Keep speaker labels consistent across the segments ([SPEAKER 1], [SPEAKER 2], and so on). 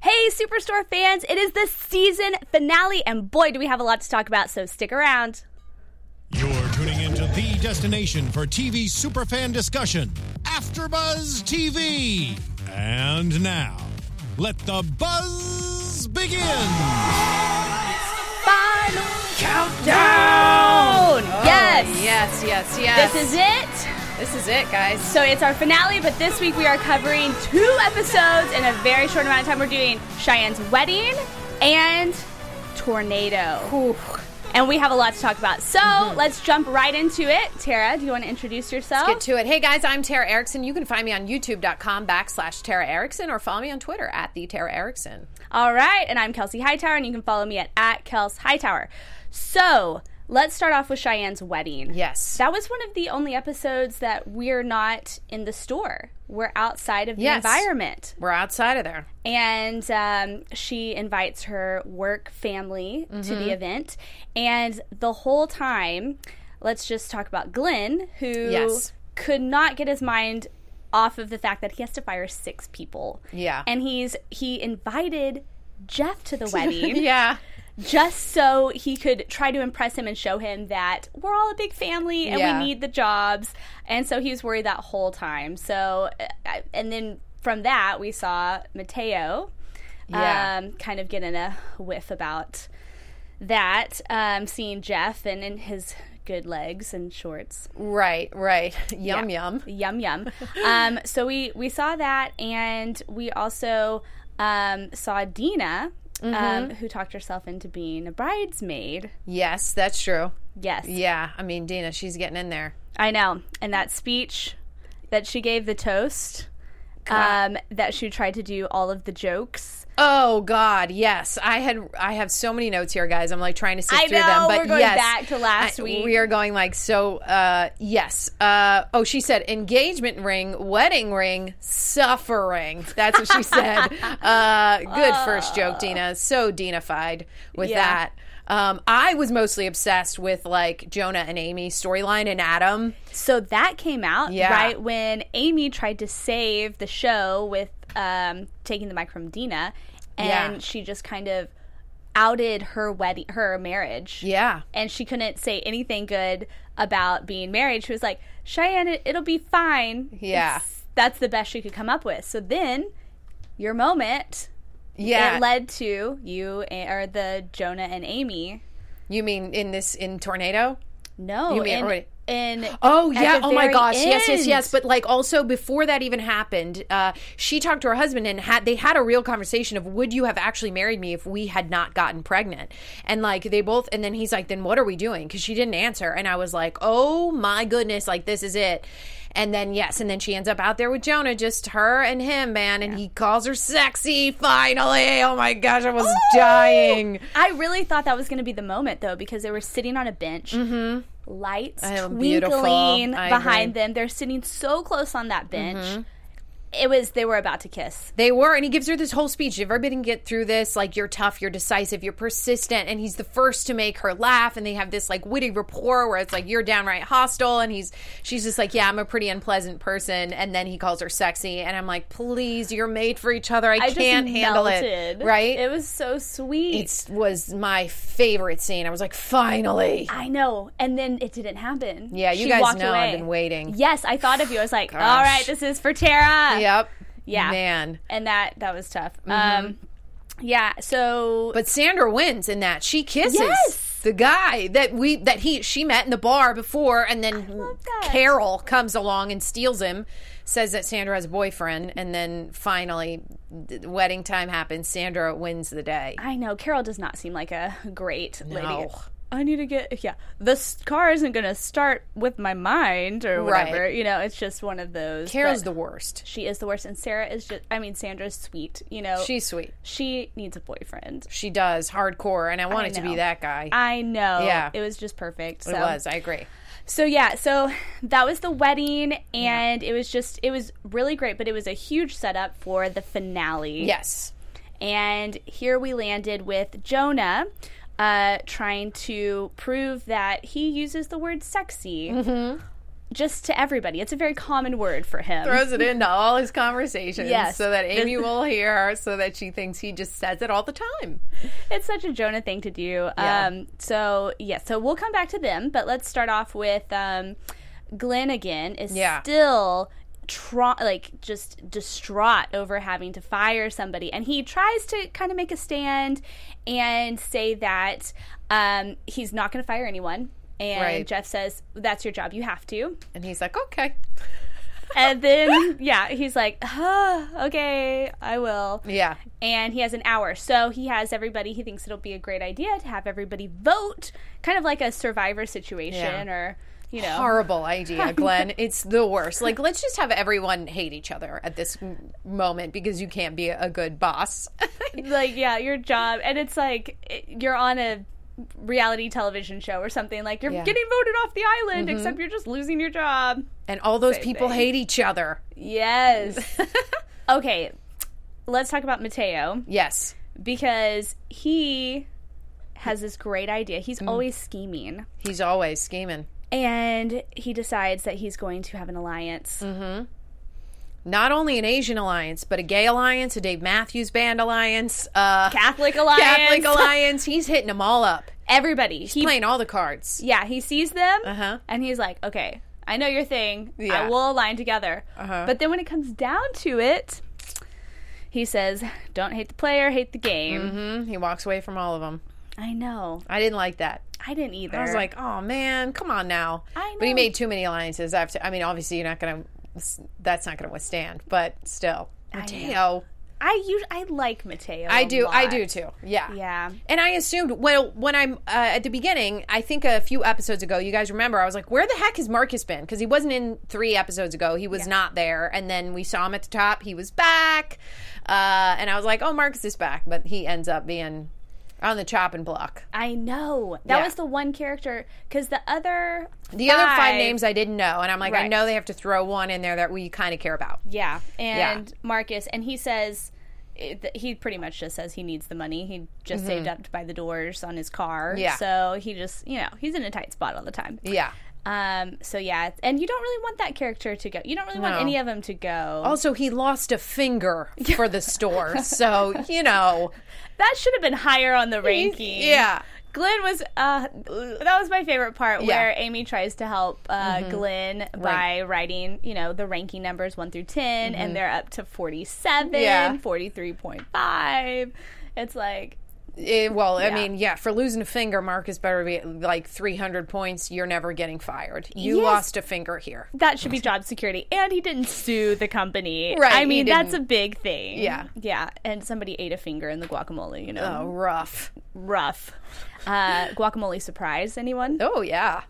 [SPEAKER 1] Hey, Superstore fans, it is the season finale, and boy, do we have a lot to talk about, so stick around.
[SPEAKER 2] You're tuning into the destination for TV superfan discussion, AfterBuzz TV. And now, let the buzz begin.
[SPEAKER 1] Final countdown! yes!
[SPEAKER 3] Yes, yes, Oh, yes.
[SPEAKER 1] This is it.
[SPEAKER 3] This is it, guys.
[SPEAKER 1] So it's our finale, but this week we are covering two episodes in a very short amount of time. We're doing Cheyenne's wedding and Tornado. And we have a lot to talk about. So let's jump right into it. Tara, do you want to introduce yourself?
[SPEAKER 3] Get to it. Hey guys, I'm Tara Erickson. You can find me on youtube.com backslash Tara Erickson or follow me on Twitter at the Tara Erickson.
[SPEAKER 1] All right, and I'm Kelsey Hightower, and you can follow me at, at Kels Hightower. So let's start off with Cheyenne's wedding.
[SPEAKER 3] Yes.
[SPEAKER 1] That was one of the only episodes that we're not in the store. We're outside of the
[SPEAKER 3] Yes.
[SPEAKER 1] environment.
[SPEAKER 3] We're outside of there.
[SPEAKER 1] And um, she invites her work family to
[SPEAKER 3] Mm-hmm.
[SPEAKER 1] the event. And the whole time, let's just talk about Glenn, who
[SPEAKER 3] Yes.
[SPEAKER 1] could not get his mind off of the fact that he has to fire six people.
[SPEAKER 3] Yeah.
[SPEAKER 1] And he's he invited Jeff to the wedding
[SPEAKER 3] Yeah.
[SPEAKER 1] just so he could try to impress him and show him that we're all a big family and
[SPEAKER 3] Yeah.
[SPEAKER 1] we need the jobs. And so he was worried that whole time. So, uh, I- and then from that, we saw Mateo
[SPEAKER 3] Yeah.
[SPEAKER 1] um, kind of getting a whiff about that, um, seeing Jeff and in his good legs and shorts.
[SPEAKER 3] right, right. Yum,
[SPEAKER 1] Yeah. Yum
[SPEAKER 3] yum.
[SPEAKER 1] yum. um, so we we saw that, and we also um, saw Dina,
[SPEAKER 3] Mm-hmm.
[SPEAKER 1] um, who talked herself into being a bridesmaid.
[SPEAKER 3] Yes, that's true.
[SPEAKER 1] Yes,
[SPEAKER 3] Yeah. I mean, Dina, she's getting in there.
[SPEAKER 1] I know. And that speech that she gave the toast, um, that she tried to do all of the jokes.
[SPEAKER 3] Oh God, yes. I had I have so many notes here, guys. I'm like trying to sift
[SPEAKER 1] I
[SPEAKER 3] through them.
[SPEAKER 1] know,
[SPEAKER 3] But
[SPEAKER 1] we're going
[SPEAKER 3] yes,
[SPEAKER 1] back to last week.
[SPEAKER 3] We are going like so uh yes. Uh oh she said engagement ring, wedding ring, suffering. That's what she said. uh good first joke, Dina. So Dina-fied with
[SPEAKER 1] Yeah.
[SPEAKER 3] that. Um, I was mostly obsessed with like Jonah and Amy storyline and Adam.
[SPEAKER 1] So that came out
[SPEAKER 3] Yeah.
[SPEAKER 1] right when Amy tried to save the show with um, taking the mic from Dina, and
[SPEAKER 3] Yeah.
[SPEAKER 1] she just kind of outed her wedding, her marriage.
[SPEAKER 3] Yeah.
[SPEAKER 1] and she couldn't say anything good about being married. She was like, Cheyenne, it, it'll be fine.
[SPEAKER 3] Yeah.
[SPEAKER 1] It's- that's the best she could come up with. So then, your moment
[SPEAKER 3] Yeah.
[SPEAKER 1] it led to you a- or the Jonah and Amy.
[SPEAKER 3] you mean in this in tornado?
[SPEAKER 1] No,
[SPEAKER 3] You mean-
[SPEAKER 1] in,
[SPEAKER 3] wait.
[SPEAKER 1] in
[SPEAKER 3] Oh
[SPEAKER 1] at
[SPEAKER 3] yeah!
[SPEAKER 1] the
[SPEAKER 3] Oh my
[SPEAKER 1] very
[SPEAKER 3] gosh! Yes, yes,
[SPEAKER 1] end.
[SPEAKER 3] yes. But like, also before that even happened, uh, she talked to her husband and had they had a real conversation of Would you have actually married me if we had not gotten pregnant? And like they both, and then he's like, Then what are we doing? Because she didn't answer, and I was like, Oh my goodness! Like this is it. And then yes, and then she ends up out there with Jonah, just her and him, man. And he calls her sexy finally. Oh my gosh, I was dying.
[SPEAKER 1] I really thought that was going to be the moment though because they were sitting on a bench, lights
[SPEAKER 3] Mm-hmm. Oh, beautiful.
[SPEAKER 1] twinkling
[SPEAKER 3] I
[SPEAKER 1] behind
[SPEAKER 3] agree. Mm-hmm.
[SPEAKER 1] them. They're sitting so close on that bench. It was they were about to kiss.
[SPEAKER 3] They were, and he gives her this whole speech. If everybody can get through this, like you're tough, you're decisive, you're persistent, and he's the first to make her laugh. And they have this like witty rapport where it's like you're downright hostile, and he's she's just like, yeah, I'm a pretty unpleasant person. And then he calls her sexy, and I'm like, please, you're made for each other. I,
[SPEAKER 1] I
[SPEAKER 3] can't
[SPEAKER 1] just
[SPEAKER 3] handle
[SPEAKER 1] melted.
[SPEAKER 3] it, right?
[SPEAKER 1] It was so sweet.
[SPEAKER 3] It was my favorite scene. I was like, finally.
[SPEAKER 1] I know, and then it didn't happen.
[SPEAKER 3] Yeah, you
[SPEAKER 1] She
[SPEAKER 3] guys
[SPEAKER 1] walked
[SPEAKER 3] know
[SPEAKER 1] away.
[SPEAKER 3] I've been waiting.
[SPEAKER 1] Yes, I thought of you. I was like, all right, this is for Tara.
[SPEAKER 3] Yep.
[SPEAKER 1] Yeah.
[SPEAKER 3] Man.
[SPEAKER 1] and that that was tough. Um, yeah. So,
[SPEAKER 3] Mm-hmm. But Sandra wins in that. She kisses
[SPEAKER 1] Yes.
[SPEAKER 3] the guy that we that he she met in the bar before, and then
[SPEAKER 1] love that.
[SPEAKER 3] Carol comes along and steals him, says that Sandra has a boyfriend, and then finally th- wedding time happens. Sandra wins the day.
[SPEAKER 1] I know Carol does not seem like a great lady.
[SPEAKER 3] No.
[SPEAKER 1] I need to get yeah. The s- car isn't going to start with my mind or whatever.
[SPEAKER 3] Right.
[SPEAKER 1] You know, it's just one of those.
[SPEAKER 3] Carol's
[SPEAKER 1] but
[SPEAKER 3] the worst.
[SPEAKER 1] she is the worst, and Sarah is just. I mean, Sandra's sweet. You know,
[SPEAKER 3] She's sweet.
[SPEAKER 1] she needs a boyfriend.
[SPEAKER 3] She does hardcore, and I wanted to
[SPEAKER 1] know.
[SPEAKER 3] be that guy.
[SPEAKER 1] I know.
[SPEAKER 3] Yeah.
[SPEAKER 1] it was just perfect. So.
[SPEAKER 3] it was. I agree.
[SPEAKER 1] So yeah, so that was the wedding, and it was just it was really great, but it was a huge setup for the finale.
[SPEAKER 3] Yes.
[SPEAKER 1] and here we landed with Jonah. Uh, trying to prove that he uses the word sexy just to everybody. It's a very common word for him.
[SPEAKER 3] Throws it into all his conversations
[SPEAKER 1] Yes.
[SPEAKER 3] so that Amy will hear, so that she thinks he just says it all the time.
[SPEAKER 1] it's such a Jonah thing to do.
[SPEAKER 3] Yeah.
[SPEAKER 1] Um, so yeah, so we'll come back to them, but let's start off with um, Glenn again. Is
[SPEAKER 3] Yeah.
[SPEAKER 1] still. Tra- like just distraught over having to fire somebody and he tries to kind of make a stand and say that um, he's not going to fire anyone and
[SPEAKER 3] Right.
[SPEAKER 1] jeff says that's your job you have to
[SPEAKER 3] And he's like, okay.
[SPEAKER 1] and then yeah he's like huh, okay i will
[SPEAKER 3] Yeah.
[SPEAKER 1] and he has an hour. So he has everybody. He thinks it'll be a great idea to have everybody vote, kind of like a survivor situation,
[SPEAKER 3] Yeah.
[SPEAKER 1] or you know,
[SPEAKER 3] Horrible idea, Glenn. it's the worst. Like, let's just have everyone hate each other at this m- moment because you can't be a good boss.
[SPEAKER 1] like yeah, your job. And it's like it- you're on a reality television show or something. Like you're
[SPEAKER 3] Yeah. Mm-hmm.
[SPEAKER 1] getting voted off the island, except you're just losing your job.
[SPEAKER 3] and all those people
[SPEAKER 1] thing.
[SPEAKER 3] hate each other.
[SPEAKER 1] Yes. okay. Let's talk about Mateo
[SPEAKER 3] Yes.
[SPEAKER 1] because he has this great idea. He's
[SPEAKER 3] Mm.
[SPEAKER 1] always scheming.
[SPEAKER 3] He's always scheming.
[SPEAKER 1] And he decides that he's going to have an alliance.
[SPEAKER 3] Not only an Asian alliance, but a gay alliance, a Dave Matthews Band alliance, uh,
[SPEAKER 1] Catholic Alliance.
[SPEAKER 3] Catholic alliance. He's hitting them all up,
[SPEAKER 1] Everybody. He,
[SPEAKER 3] playing all the cards.
[SPEAKER 1] yeah, he sees them
[SPEAKER 3] Uh-huh.
[SPEAKER 1] and he's like, okay, I know your thing.
[SPEAKER 3] Yeah.
[SPEAKER 1] I will align together.
[SPEAKER 3] Uh-huh.
[SPEAKER 1] But then when it comes down to it, he says, don't hate the player, hate the game.
[SPEAKER 3] hmm He walks away from all of them.
[SPEAKER 1] I know.
[SPEAKER 3] I didn't like that.
[SPEAKER 1] I didn't either.
[SPEAKER 3] I was like, oh man, come on now.
[SPEAKER 1] I
[SPEAKER 3] But he
[SPEAKER 1] know.
[SPEAKER 3] made too many alliances. I, have to, I mean, obviously, you're not going to, that's not going to withstand, but still. Mateo.
[SPEAKER 1] I usually, I like Mateo.
[SPEAKER 3] I
[SPEAKER 1] a
[SPEAKER 3] do. I
[SPEAKER 1] lot.
[SPEAKER 3] do too. Yeah.
[SPEAKER 1] Yeah.
[SPEAKER 3] And I assumed, well, when I'm uh, at the beginning, I think a few episodes ago, you guys remember, I was like, where the heck has Marcus been? Because he wasn't in three episodes ago. He was not there. And then we saw him at the top. He was back. Uh, and I was like, oh, Marcus is back. But he ends up being on the chopping block.
[SPEAKER 1] I know. That
[SPEAKER 3] Yeah.
[SPEAKER 1] was the one character because the other
[SPEAKER 3] The other five names I didn't know. And I'm like, I
[SPEAKER 1] Right.
[SPEAKER 3] know they have to throw one in there that we kind of care about.
[SPEAKER 1] Yeah, and Marcus, and he says it- th- he pretty much just says he needs the money. He just saved up to buy the doors on his car.
[SPEAKER 3] Mm-hmm. Yeah.
[SPEAKER 1] So he just, you know, he's in a tight spot all the time.
[SPEAKER 3] Yeah.
[SPEAKER 1] Um. So yeah, it's- and you don't really want that character to go. You don't really want
[SPEAKER 3] No.
[SPEAKER 1] any of them to go.
[SPEAKER 3] Also, he lost a finger for the store. So, you know.
[SPEAKER 1] that should have been higher on the ranking.
[SPEAKER 3] Yeah.
[SPEAKER 1] Glenn was uh that was my favorite part where Amy tries to help uh
[SPEAKER 3] Mm-hmm.
[SPEAKER 1] Glenn by writing, you know, the ranking numbers 1 through 10 and they're up to 47,
[SPEAKER 3] Mm-hmm. Yeah.
[SPEAKER 1] 43.5. It's like
[SPEAKER 3] Eh, well, I
[SPEAKER 1] Yeah.
[SPEAKER 3] mean, yeah, for losing a finger, Marcus better be at, like 300 points. You're never getting fired. You
[SPEAKER 1] Yes.
[SPEAKER 3] lost a finger here.
[SPEAKER 1] that should be job security. And he didn't sue the company.
[SPEAKER 3] Right,
[SPEAKER 1] I
[SPEAKER 3] he
[SPEAKER 1] mean, that's a
[SPEAKER 3] didn't.
[SPEAKER 1] big thing.
[SPEAKER 3] Yeah.
[SPEAKER 1] Yeah. And somebody ate a finger in the guacamole, you know.
[SPEAKER 3] Oh, rough.
[SPEAKER 1] Rough. Uh, guacamole surprise, anyone?
[SPEAKER 3] Oh, yeah.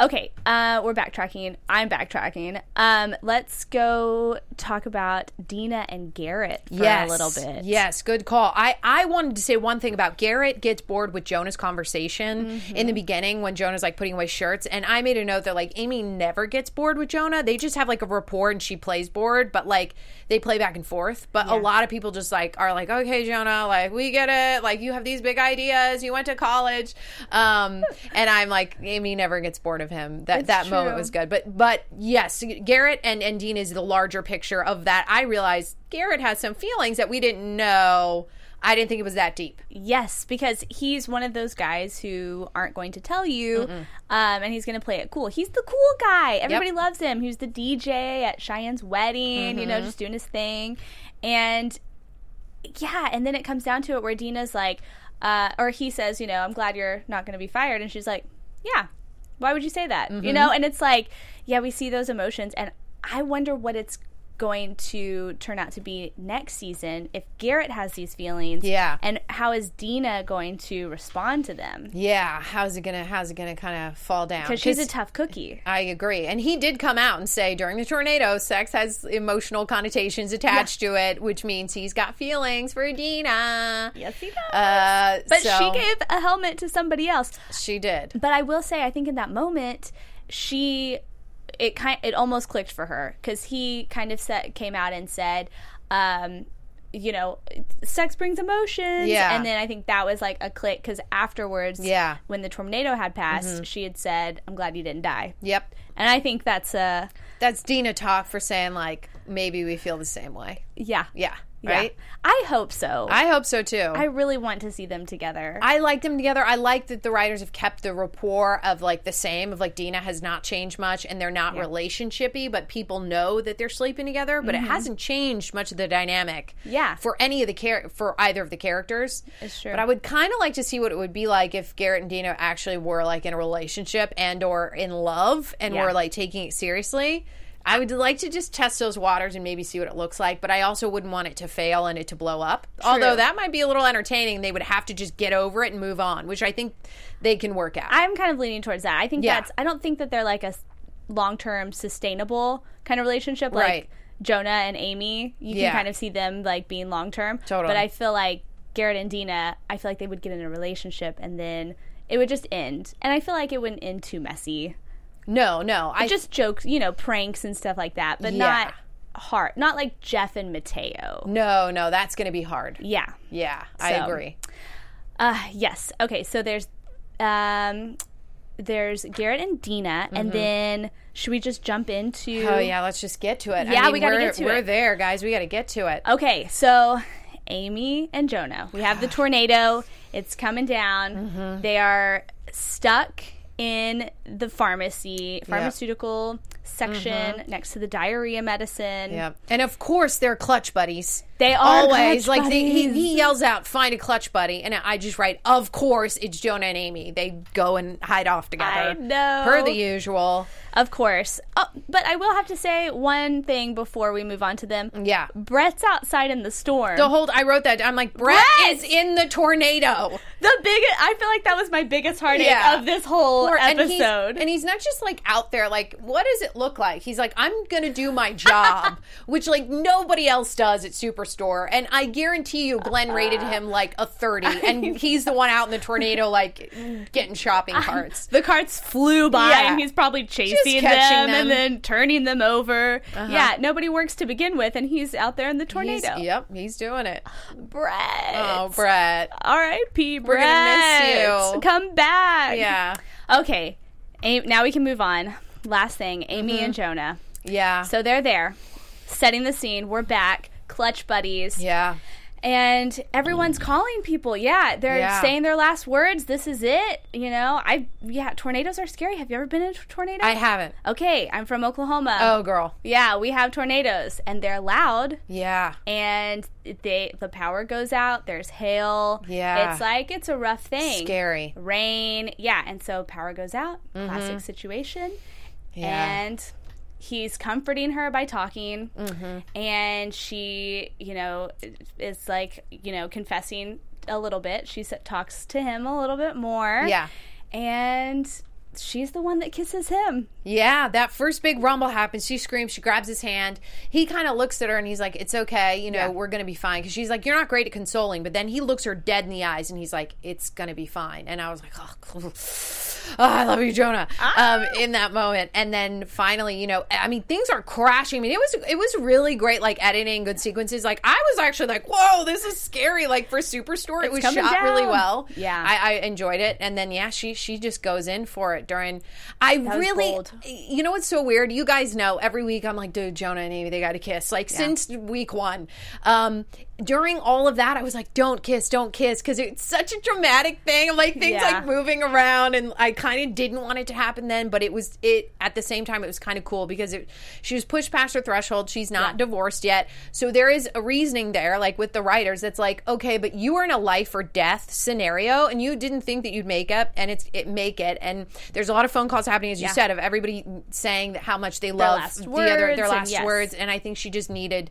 [SPEAKER 1] Okay, uh, we're backtracking. I'm backtracking. Um, let's go talk about Dina and Garrett for
[SPEAKER 3] Yes.
[SPEAKER 1] a little bit.
[SPEAKER 3] Yes, good call. I, I wanted to say one thing about Garrett gets bored with Jonah's conversation
[SPEAKER 1] Mm-hmm.
[SPEAKER 3] in the beginning when Jonah's like putting away shirts. And I made a note that like Amy never gets bored with Jonah. They just have like a rapport and she plays bored, but like they play back and forth. But a lot of people just like are like, okay, Jonah, like we get it. Like you have these big ideas. You went to college. Um, and I'm like, Amy never gets bored of him. That, that moment
[SPEAKER 1] true.
[SPEAKER 3] was good good. But but yes, Garrett and and Dean is the larger picture of that. I realized Garrett has some feelings that we didn't know. I didn't think it was that deep.
[SPEAKER 1] Yes, because he's one of those guys who aren't going to tell you, um, and he's going to play it cool. He's the cool guy. Everybody loves him. He was the DJ at Cheyenne's wedding, you know, just doing his thing. And yeah, and then it comes down to it where Dina's like, uh, or he says, you know, I'm glad you're not going to be fired. And she's like, yeah, why would you say that?
[SPEAKER 3] Mm-hmm.
[SPEAKER 1] You know, and it's like, yeah, we see those emotions. And I wonder what it's going to turn out to be next season if Garrett has these feelings.
[SPEAKER 3] Yeah.
[SPEAKER 1] And how is Dina going to respond to them?
[SPEAKER 3] Yeah, how's it gonna how's it gonna kind of fall down?
[SPEAKER 1] Because she's a tough cookie.
[SPEAKER 3] I agree. And he did come out and say during the tornado, sex has emotional connotations attached to it, which means he's got feelings for Dina.
[SPEAKER 1] Yes, he does.
[SPEAKER 3] Uh,
[SPEAKER 1] but she
[SPEAKER 3] so-
[SPEAKER 1] gave a helmet to somebody else.
[SPEAKER 3] she did.
[SPEAKER 1] But I will say, I think in that moment, she it kind it almost clicked for her because he kind of set, came out and said, um, you know, sex brings emotions.
[SPEAKER 3] Yeah.
[SPEAKER 1] And then I think that was like a click because afterwards,
[SPEAKER 3] Yeah. Mm-hmm.
[SPEAKER 1] when the tornado had passed, she had said, I'm glad you didn't die.
[SPEAKER 3] Yep.
[SPEAKER 1] And I think that's a,
[SPEAKER 3] That's Dina talk for saying like maybe we feel the same way.
[SPEAKER 1] yeah.
[SPEAKER 3] Yeah.
[SPEAKER 1] Yeah.
[SPEAKER 3] Right?
[SPEAKER 1] I hope so. I,
[SPEAKER 3] I hope so too. I,
[SPEAKER 1] really want to see them together.
[SPEAKER 3] like them together. I like that the writers have kept the rapport of like the same of like Dina has not changed much and they're not relationshipy, but people know that they're sleeping together, but it hasn't changed much of the dynamic.
[SPEAKER 1] Mm-hmm. Yeah.
[SPEAKER 3] For any of the char- for either of the characters.
[SPEAKER 1] It's true.
[SPEAKER 3] But I would kind of like to see what it would be like if Garrett and Dina actually were like in a relationship and or in love and
[SPEAKER 1] Yeah.
[SPEAKER 3] were like taking it seriously. I would like to just test those waters and maybe see what it looks like, but I also wouldn't want it to fail and it to blow up. Although that might be a little entertaining, they would have to just get over it and move on, which I think they can work out.
[SPEAKER 1] I'm kind of leaning towards that. I think
[SPEAKER 3] Yeah.
[SPEAKER 1] that's. I don't think that they're like a long term sustainable kind of relationship. Like
[SPEAKER 3] Right.
[SPEAKER 1] Jonah and Amy, you
[SPEAKER 3] Yeah.
[SPEAKER 1] can kind of see them like being long term.
[SPEAKER 3] Totally.
[SPEAKER 1] But I feel like Garrett and Dina. I feel like they would get in a relationship and then it would just end. And I feel like it wouldn't end too messy.
[SPEAKER 3] no, no, I
[SPEAKER 1] Just jokes, you know, pranks and stuff like that, but
[SPEAKER 3] Yeah.
[SPEAKER 1] not hard. Not like Jeff and Mateo.
[SPEAKER 3] no, no, that's going to be hard.
[SPEAKER 1] Yeah.
[SPEAKER 3] Yeah, I
[SPEAKER 1] So.
[SPEAKER 3] agree.
[SPEAKER 1] Uh, yes. Okay. So there's, um, there's Garrett and Dina, and then should we just jump into?
[SPEAKER 3] Oh Mm-hmm. yeah, let's just get to it.
[SPEAKER 1] Yeah, we gotta
[SPEAKER 3] we're-
[SPEAKER 1] get to
[SPEAKER 3] We're
[SPEAKER 1] it. Um,
[SPEAKER 3] there, guys. We got to get to it.
[SPEAKER 1] Okay. So Amy and Jonah, we have the tornado. It's coming down.
[SPEAKER 3] Mm-hmm.
[SPEAKER 1] They are stuck in the pharmacy, pharmaceutical section
[SPEAKER 3] Mm-hmm.
[SPEAKER 1] next to the diarrhea medicine.
[SPEAKER 3] Yeah, and of course they're clutch buddies.
[SPEAKER 1] They are
[SPEAKER 3] always
[SPEAKER 1] clutch
[SPEAKER 3] like They, he,
[SPEAKER 1] buddies.
[SPEAKER 3] he yells out, "Find a clutch buddy," and I just write, "Of course, it's Jonah and Amy. They go and hide off together,
[SPEAKER 1] I know.
[SPEAKER 3] per the usual."
[SPEAKER 1] Of course. Oh, but I will have to say one thing before we move on to them.
[SPEAKER 3] Yeah,
[SPEAKER 1] Brett's outside in the storm.
[SPEAKER 3] the whole I wrote that. down. I'm like, Brett,
[SPEAKER 1] Brett!
[SPEAKER 3] is in the tornado,
[SPEAKER 1] The biggest, I feel like that was my biggest heartache
[SPEAKER 3] Yeah.
[SPEAKER 1] of this whole
[SPEAKER 3] Or- and he's-
[SPEAKER 1] episode.
[SPEAKER 3] and he's, not just like out there. Like, what does it look like? He's like, I'm gonna do my job, which like nobody else does at Superstore, and I guarantee you, Glenn rated him like a thirty, and he's the one out in the tornado, like getting shopping carts.
[SPEAKER 1] the carts flew by,
[SPEAKER 3] Yeah.
[SPEAKER 1] and he's probably chasing them,
[SPEAKER 3] catching them. Uh-huh.
[SPEAKER 1] and then turning them over. Yeah, nobody works to begin with, and he's out there in the
[SPEAKER 3] He's-
[SPEAKER 1] tornado.
[SPEAKER 3] yep, he's doing it.
[SPEAKER 1] Brett.
[SPEAKER 3] Oh, Brett.
[SPEAKER 1] R.I.P. Brett.
[SPEAKER 3] gonna miss you.
[SPEAKER 1] Come back.
[SPEAKER 3] Yeah.
[SPEAKER 1] Okay. A- now we can move on. Last thing, Amy
[SPEAKER 3] Mm-hmm.
[SPEAKER 1] and Jonah.
[SPEAKER 3] Yeah.
[SPEAKER 1] So they're there, setting the scene. We're back, clutch buddies.
[SPEAKER 3] yeah.
[SPEAKER 1] and everyone's calling people. Yeah, they're
[SPEAKER 3] Yeah.
[SPEAKER 1] saying their last words. This is it. You know, I yeah, tornadoes are scary. Have you ever been in a tornado?
[SPEAKER 3] I haven't.
[SPEAKER 1] Okay, I'm from Oklahoma.
[SPEAKER 3] Oh, girl.
[SPEAKER 1] yeah, we have tornadoes, and they're loud,
[SPEAKER 3] Yeah.
[SPEAKER 1] and they the power goes out. There's hail.
[SPEAKER 3] Yeah.
[SPEAKER 1] it's like it's a rough thing.
[SPEAKER 3] Scary.
[SPEAKER 1] Rain. Yeah, and so power goes out.
[SPEAKER 3] Mm-hmm.
[SPEAKER 1] Classic situation
[SPEAKER 3] Yeah.
[SPEAKER 1] and he's comforting her by talking
[SPEAKER 3] Mm-hmm.
[SPEAKER 1] and she you know is like you know confessing a little bit she s- talks to him a little bit more
[SPEAKER 3] yeah.
[SPEAKER 1] and she's the one that kisses him
[SPEAKER 3] Yeah, that first big rumble happens. She screams. She grabs his hand. He kind of looks at her and he's like, "It's okay, you know,
[SPEAKER 1] Yeah.
[SPEAKER 3] we're gonna be fine." Because she's like, "You're not great at consoling," but then he looks her dead in the eyes and he's like, "It's gonna be fine." And I was like, "Oh, oh, I love you, Jonah."
[SPEAKER 1] Ah.
[SPEAKER 3] Um, in that moment, and then finally, you know, I mean, things are crashing. I mean, it was it was really great, like editing, good sequences. Like I was actually like, "Whoa, this is scary!" Like for Superstore, it was shot
[SPEAKER 1] coming
[SPEAKER 3] really
[SPEAKER 1] down.
[SPEAKER 3] well.
[SPEAKER 1] Yeah.
[SPEAKER 3] I, I enjoyed it. And then yeah, she she just goes in for it during. I
[SPEAKER 1] was
[SPEAKER 3] really,
[SPEAKER 1] bold.
[SPEAKER 3] you know what's so weird? You guys know every week I'm like, dude, Jonah and Amy, they got to kiss. Like since week one, um, during all of that, I was like, don't kiss, don't kiss, because it's such a dramatic thing. I'm like
[SPEAKER 1] Yeah.
[SPEAKER 3] things like moving around, and I kind of didn't want it to happen then, but it was it at the same time it was kind of cool because it, she was pushed past her threshold. She's not divorced yet, so there is a reasoning there, like with the writers, that's like, okay, but you were in a life or death scenario, and you didn't think that you'd make up, and it's it make it, and there's a lot of phone calls happening, as you
[SPEAKER 1] Yeah.
[SPEAKER 3] said, of everybody saying that how much they love
[SPEAKER 1] last
[SPEAKER 3] the other
[SPEAKER 1] words
[SPEAKER 3] their
[SPEAKER 1] and
[SPEAKER 3] last
[SPEAKER 1] yes.
[SPEAKER 3] words, and I think she just needed.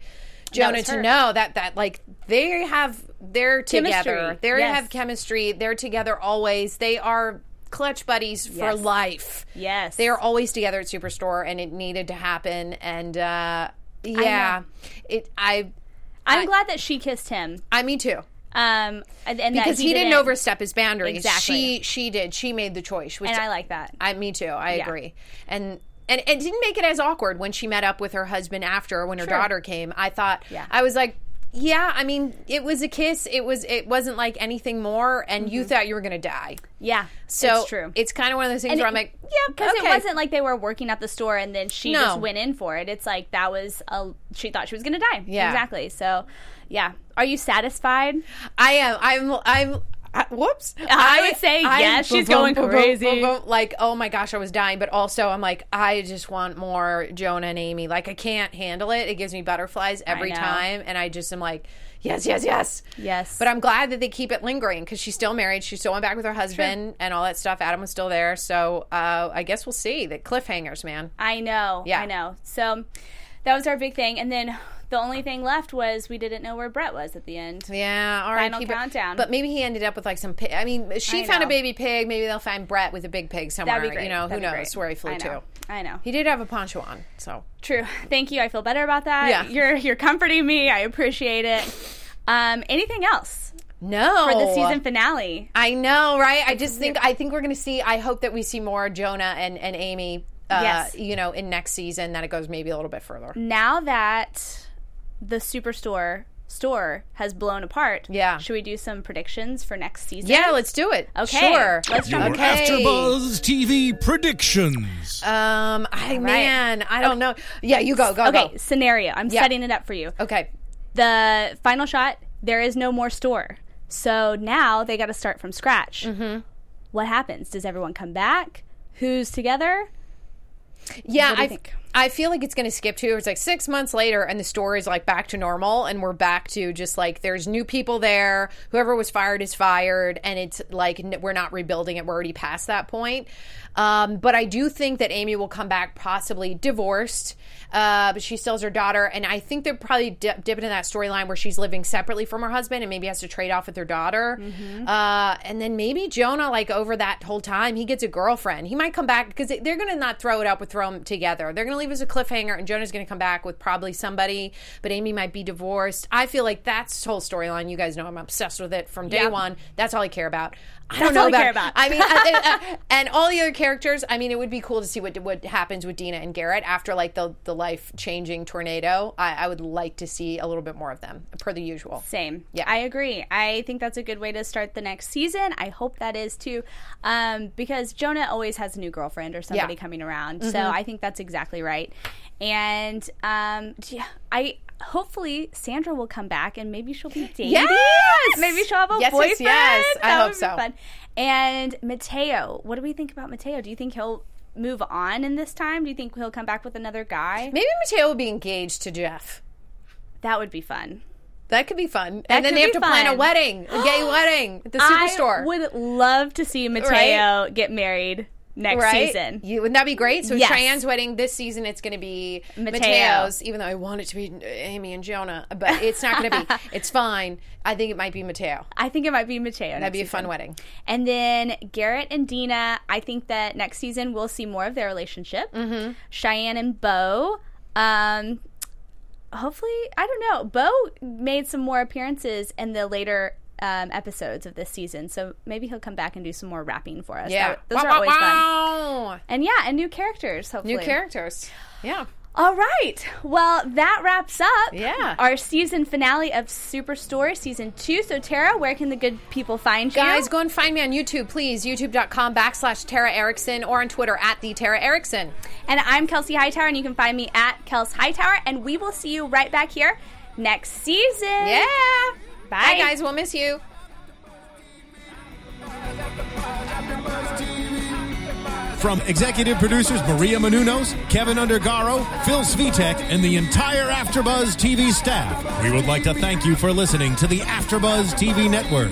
[SPEAKER 1] That
[SPEAKER 3] Jonah
[SPEAKER 1] was
[SPEAKER 3] to
[SPEAKER 1] her.
[SPEAKER 3] know that that like they have they're together
[SPEAKER 1] Chemistry,
[SPEAKER 3] they
[SPEAKER 1] yes.
[SPEAKER 3] have chemistry they're together always they are clutch buddies for
[SPEAKER 1] Yes.
[SPEAKER 3] life
[SPEAKER 1] yes
[SPEAKER 3] they are always together at Superstore and it needed to happen and uh yeah it I
[SPEAKER 1] i'm glad that she kissed him
[SPEAKER 3] I me too
[SPEAKER 1] um and, and that
[SPEAKER 3] because he, didn't, overstep his boundaries
[SPEAKER 1] Exactly.
[SPEAKER 3] she she did she made the choice which
[SPEAKER 1] and i like that
[SPEAKER 3] I me too. I agree. And and it didn't make it as awkward when she met up with her husband after when her daughter came. I thought
[SPEAKER 1] Yeah.
[SPEAKER 3] I was like yeah, I mean, it was a kiss. It was. It wasn't like anything more, and
[SPEAKER 1] Mm-hmm.
[SPEAKER 3] you thought you were gonna die.
[SPEAKER 1] Yeah,
[SPEAKER 3] So
[SPEAKER 1] it's true.
[SPEAKER 3] It's kind of one of those things where I'm like, yeah,
[SPEAKER 1] because
[SPEAKER 3] okay.
[SPEAKER 1] it wasn't like they were working at the store and then she
[SPEAKER 3] No.
[SPEAKER 1] just went in for it. It's like that was a she thought she was gonna die.
[SPEAKER 3] Yeah.
[SPEAKER 1] exactly. So, yeah, are you satisfied?
[SPEAKER 3] I am. I'm. I'm. I, whoops.
[SPEAKER 1] I would say yes, she's going crazy.
[SPEAKER 3] Like, oh my gosh, I was dying. But also, I'm like, I just want more Jonah and Amy. Like, I can't handle it. It gives me butterflies every
[SPEAKER 1] know.
[SPEAKER 3] time. And I just am like, yes, yes, yes.
[SPEAKER 1] Yes.
[SPEAKER 3] But I'm glad that they keep it lingering because she's still married. She's still went back with her husband and all that stuff. Adam was still there. So uh, I guess we'll see. The cliffhangers, man.
[SPEAKER 1] I know.
[SPEAKER 3] Yeah.
[SPEAKER 1] I know. So that was our big thing, and then the only thing left was we didn't know where Brett was at the end.
[SPEAKER 3] Yeah, all right.
[SPEAKER 1] Final
[SPEAKER 3] keep it-
[SPEAKER 1] countdown.
[SPEAKER 3] But maybe he ended up with like some. Pig. I mean, she
[SPEAKER 1] I
[SPEAKER 3] found a
[SPEAKER 1] know.
[SPEAKER 3] baby pig. Maybe they'll find Brett with a big pig somewhere.
[SPEAKER 1] That'd be great.
[SPEAKER 3] You know,
[SPEAKER 1] That'd
[SPEAKER 3] who
[SPEAKER 1] be
[SPEAKER 3] knows
[SPEAKER 1] great.
[SPEAKER 3] where he flew
[SPEAKER 1] I know.
[SPEAKER 3] to.
[SPEAKER 1] I know.
[SPEAKER 3] He did have a poncho on, so
[SPEAKER 1] True. Thank you. I feel better about that.
[SPEAKER 3] Yeah.
[SPEAKER 1] You're you're comforting me. I appreciate it. Um, anything else
[SPEAKER 3] no
[SPEAKER 1] for the season finale?
[SPEAKER 3] I know, right? I just think I think we're going to see. I hope that we see more Jonah and and Amy. Uh,
[SPEAKER 1] Yes.
[SPEAKER 3] you know, in next season that it goes maybe a little bit further.
[SPEAKER 1] now that the superstore store has blown apart,
[SPEAKER 3] Yeah.
[SPEAKER 1] should we do some predictions for next season?
[SPEAKER 3] Yeah, let's do it.
[SPEAKER 1] Okay.
[SPEAKER 3] sure.
[SPEAKER 1] Let's
[SPEAKER 2] Your
[SPEAKER 1] try.
[SPEAKER 3] Okay.
[SPEAKER 2] AfterBuzz TV predictions.
[SPEAKER 3] Um, I man, I don't know. Yeah, you go, go,
[SPEAKER 1] Okay,
[SPEAKER 3] go.
[SPEAKER 1] scenario. I'm setting it up for you.
[SPEAKER 3] Okay,
[SPEAKER 1] The final shot. There is no more store, so now they got to start from scratch. Mm-hmm. What happens? Does everyone come back? Who's together?
[SPEAKER 3] Yeah,
[SPEAKER 1] What do you
[SPEAKER 3] I
[SPEAKER 1] think?
[SPEAKER 3] I feel like it's going to skip to it's like six months later, and the store is like back to normal, and we're back to just like there's new people there. Whoever was fired is fired, and it's like n- we're not rebuilding it. We're already past that point. Um, but I do think that Amy will come back possibly divorced, uh, but she still has her daughter, and I think they're probably di- dip into that storyline where she's living separately from her husband and maybe has to trade off with her daughter.
[SPEAKER 1] Mm-hmm.
[SPEAKER 3] Uh, and then maybe Jonah, like over that whole time, he gets a girlfriend. He might come back because they're going to not throw it up with throw them together. They're going to leave us a cliffhanger, and Jonah's going to come back with probably somebody, but Amy might be divorced. I feel like that's whole storyline. You guys know I'm obsessed with it from day
[SPEAKER 1] Yeah.
[SPEAKER 3] one. That's all I care about. I
[SPEAKER 1] That's
[SPEAKER 3] don't know
[SPEAKER 1] all I
[SPEAKER 3] about,
[SPEAKER 1] care about.
[SPEAKER 3] I mean, I- I- and all the other characters. I mean, it would be cool to see what what happens with Dina and Garrett after like the the life changing tornado. I, I would like to see a little bit more of them, per the usual.
[SPEAKER 1] Same.
[SPEAKER 3] Yeah.
[SPEAKER 1] I agree. I think that's a good way to start the next season. I hope that is too, um, because Jonah always has a new girlfriend or somebody
[SPEAKER 3] Yeah. Mm-hmm.
[SPEAKER 1] coming around. So I think that's exactly right. And um, yeah, I hopefully Sandra will come back and maybe she'll be dating.
[SPEAKER 3] Yes!
[SPEAKER 1] Maybe she'll have a
[SPEAKER 3] Yes, yes,
[SPEAKER 1] boyfriend.
[SPEAKER 3] yes. I
[SPEAKER 1] That
[SPEAKER 3] hope
[SPEAKER 1] would be
[SPEAKER 3] so.
[SPEAKER 1] Fun. And Mateo, what do we think about Mateo? Do you think he'll move on in this time? Do you think he'll come back with another guy?
[SPEAKER 3] Maybe Mateo will be engaged to Jeff.
[SPEAKER 1] That would be fun.
[SPEAKER 3] That could be fun. and
[SPEAKER 1] could
[SPEAKER 3] then they have
[SPEAKER 1] be
[SPEAKER 3] to plan a
[SPEAKER 1] fun.
[SPEAKER 3] wedding, a gay wedding at the
[SPEAKER 1] I
[SPEAKER 3] superstore.
[SPEAKER 1] would love to see Mateo
[SPEAKER 3] Right?
[SPEAKER 1] get married next
[SPEAKER 3] right?
[SPEAKER 1] season.
[SPEAKER 3] You, wouldn't that be great? So
[SPEAKER 1] Yes.
[SPEAKER 3] Cheyenne's wedding this season, it's going to be
[SPEAKER 1] Mateo.
[SPEAKER 3] Mateo's, even though I want it to be uh, Amy and Jonah, but it's not going to be. It's fine. I think it might be Mateo.
[SPEAKER 1] I think it might be Mateo.
[SPEAKER 3] That'd be a fun wedding.
[SPEAKER 1] And then Garrett and Dina, I think that next season we'll see more of their relationship. Mm-hmm. Cheyenne and Bo. Um, hopefully, I don't know. Bo made some more appearances in the later um, episodes of this season, so maybe he'll come back and do some more rapping for us.
[SPEAKER 3] Yeah.
[SPEAKER 1] That- those
[SPEAKER 3] Wow,
[SPEAKER 1] are always
[SPEAKER 3] wow,
[SPEAKER 1] fun.
[SPEAKER 3] wow.
[SPEAKER 1] And yeah, and new characters. Hopefully,
[SPEAKER 3] New characters. Yeah.
[SPEAKER 1] All right. Well, that wraps up
[SPEAKER 3] Yeah.
[SPEAKER 1] our season finale of Superstore season two. So, Tara, where can the good people find you?
[SPEAKER 3] Guys, go and find me on YouTube, please. YouTube.com backslash Tara Erickson or on Twitter at the Tara Erickson.
[SPEAKER 1] and I'm Kelsey Hightower, and you can find me at Kels Hightower. And we will see you right back here next season.
[SPEAKER 3] Yeah.
[SPEAKER 1] Bye.
[SPEAKER 3] Bye, guys. We'll miss you.
[SPEAKER 2] From executive producers Maria Manunos, Kevin Undergaro, Phil Svitek, and the entire Afterbuzz TV staff, we would like to thank you for listening to the Afterbuzz TV network.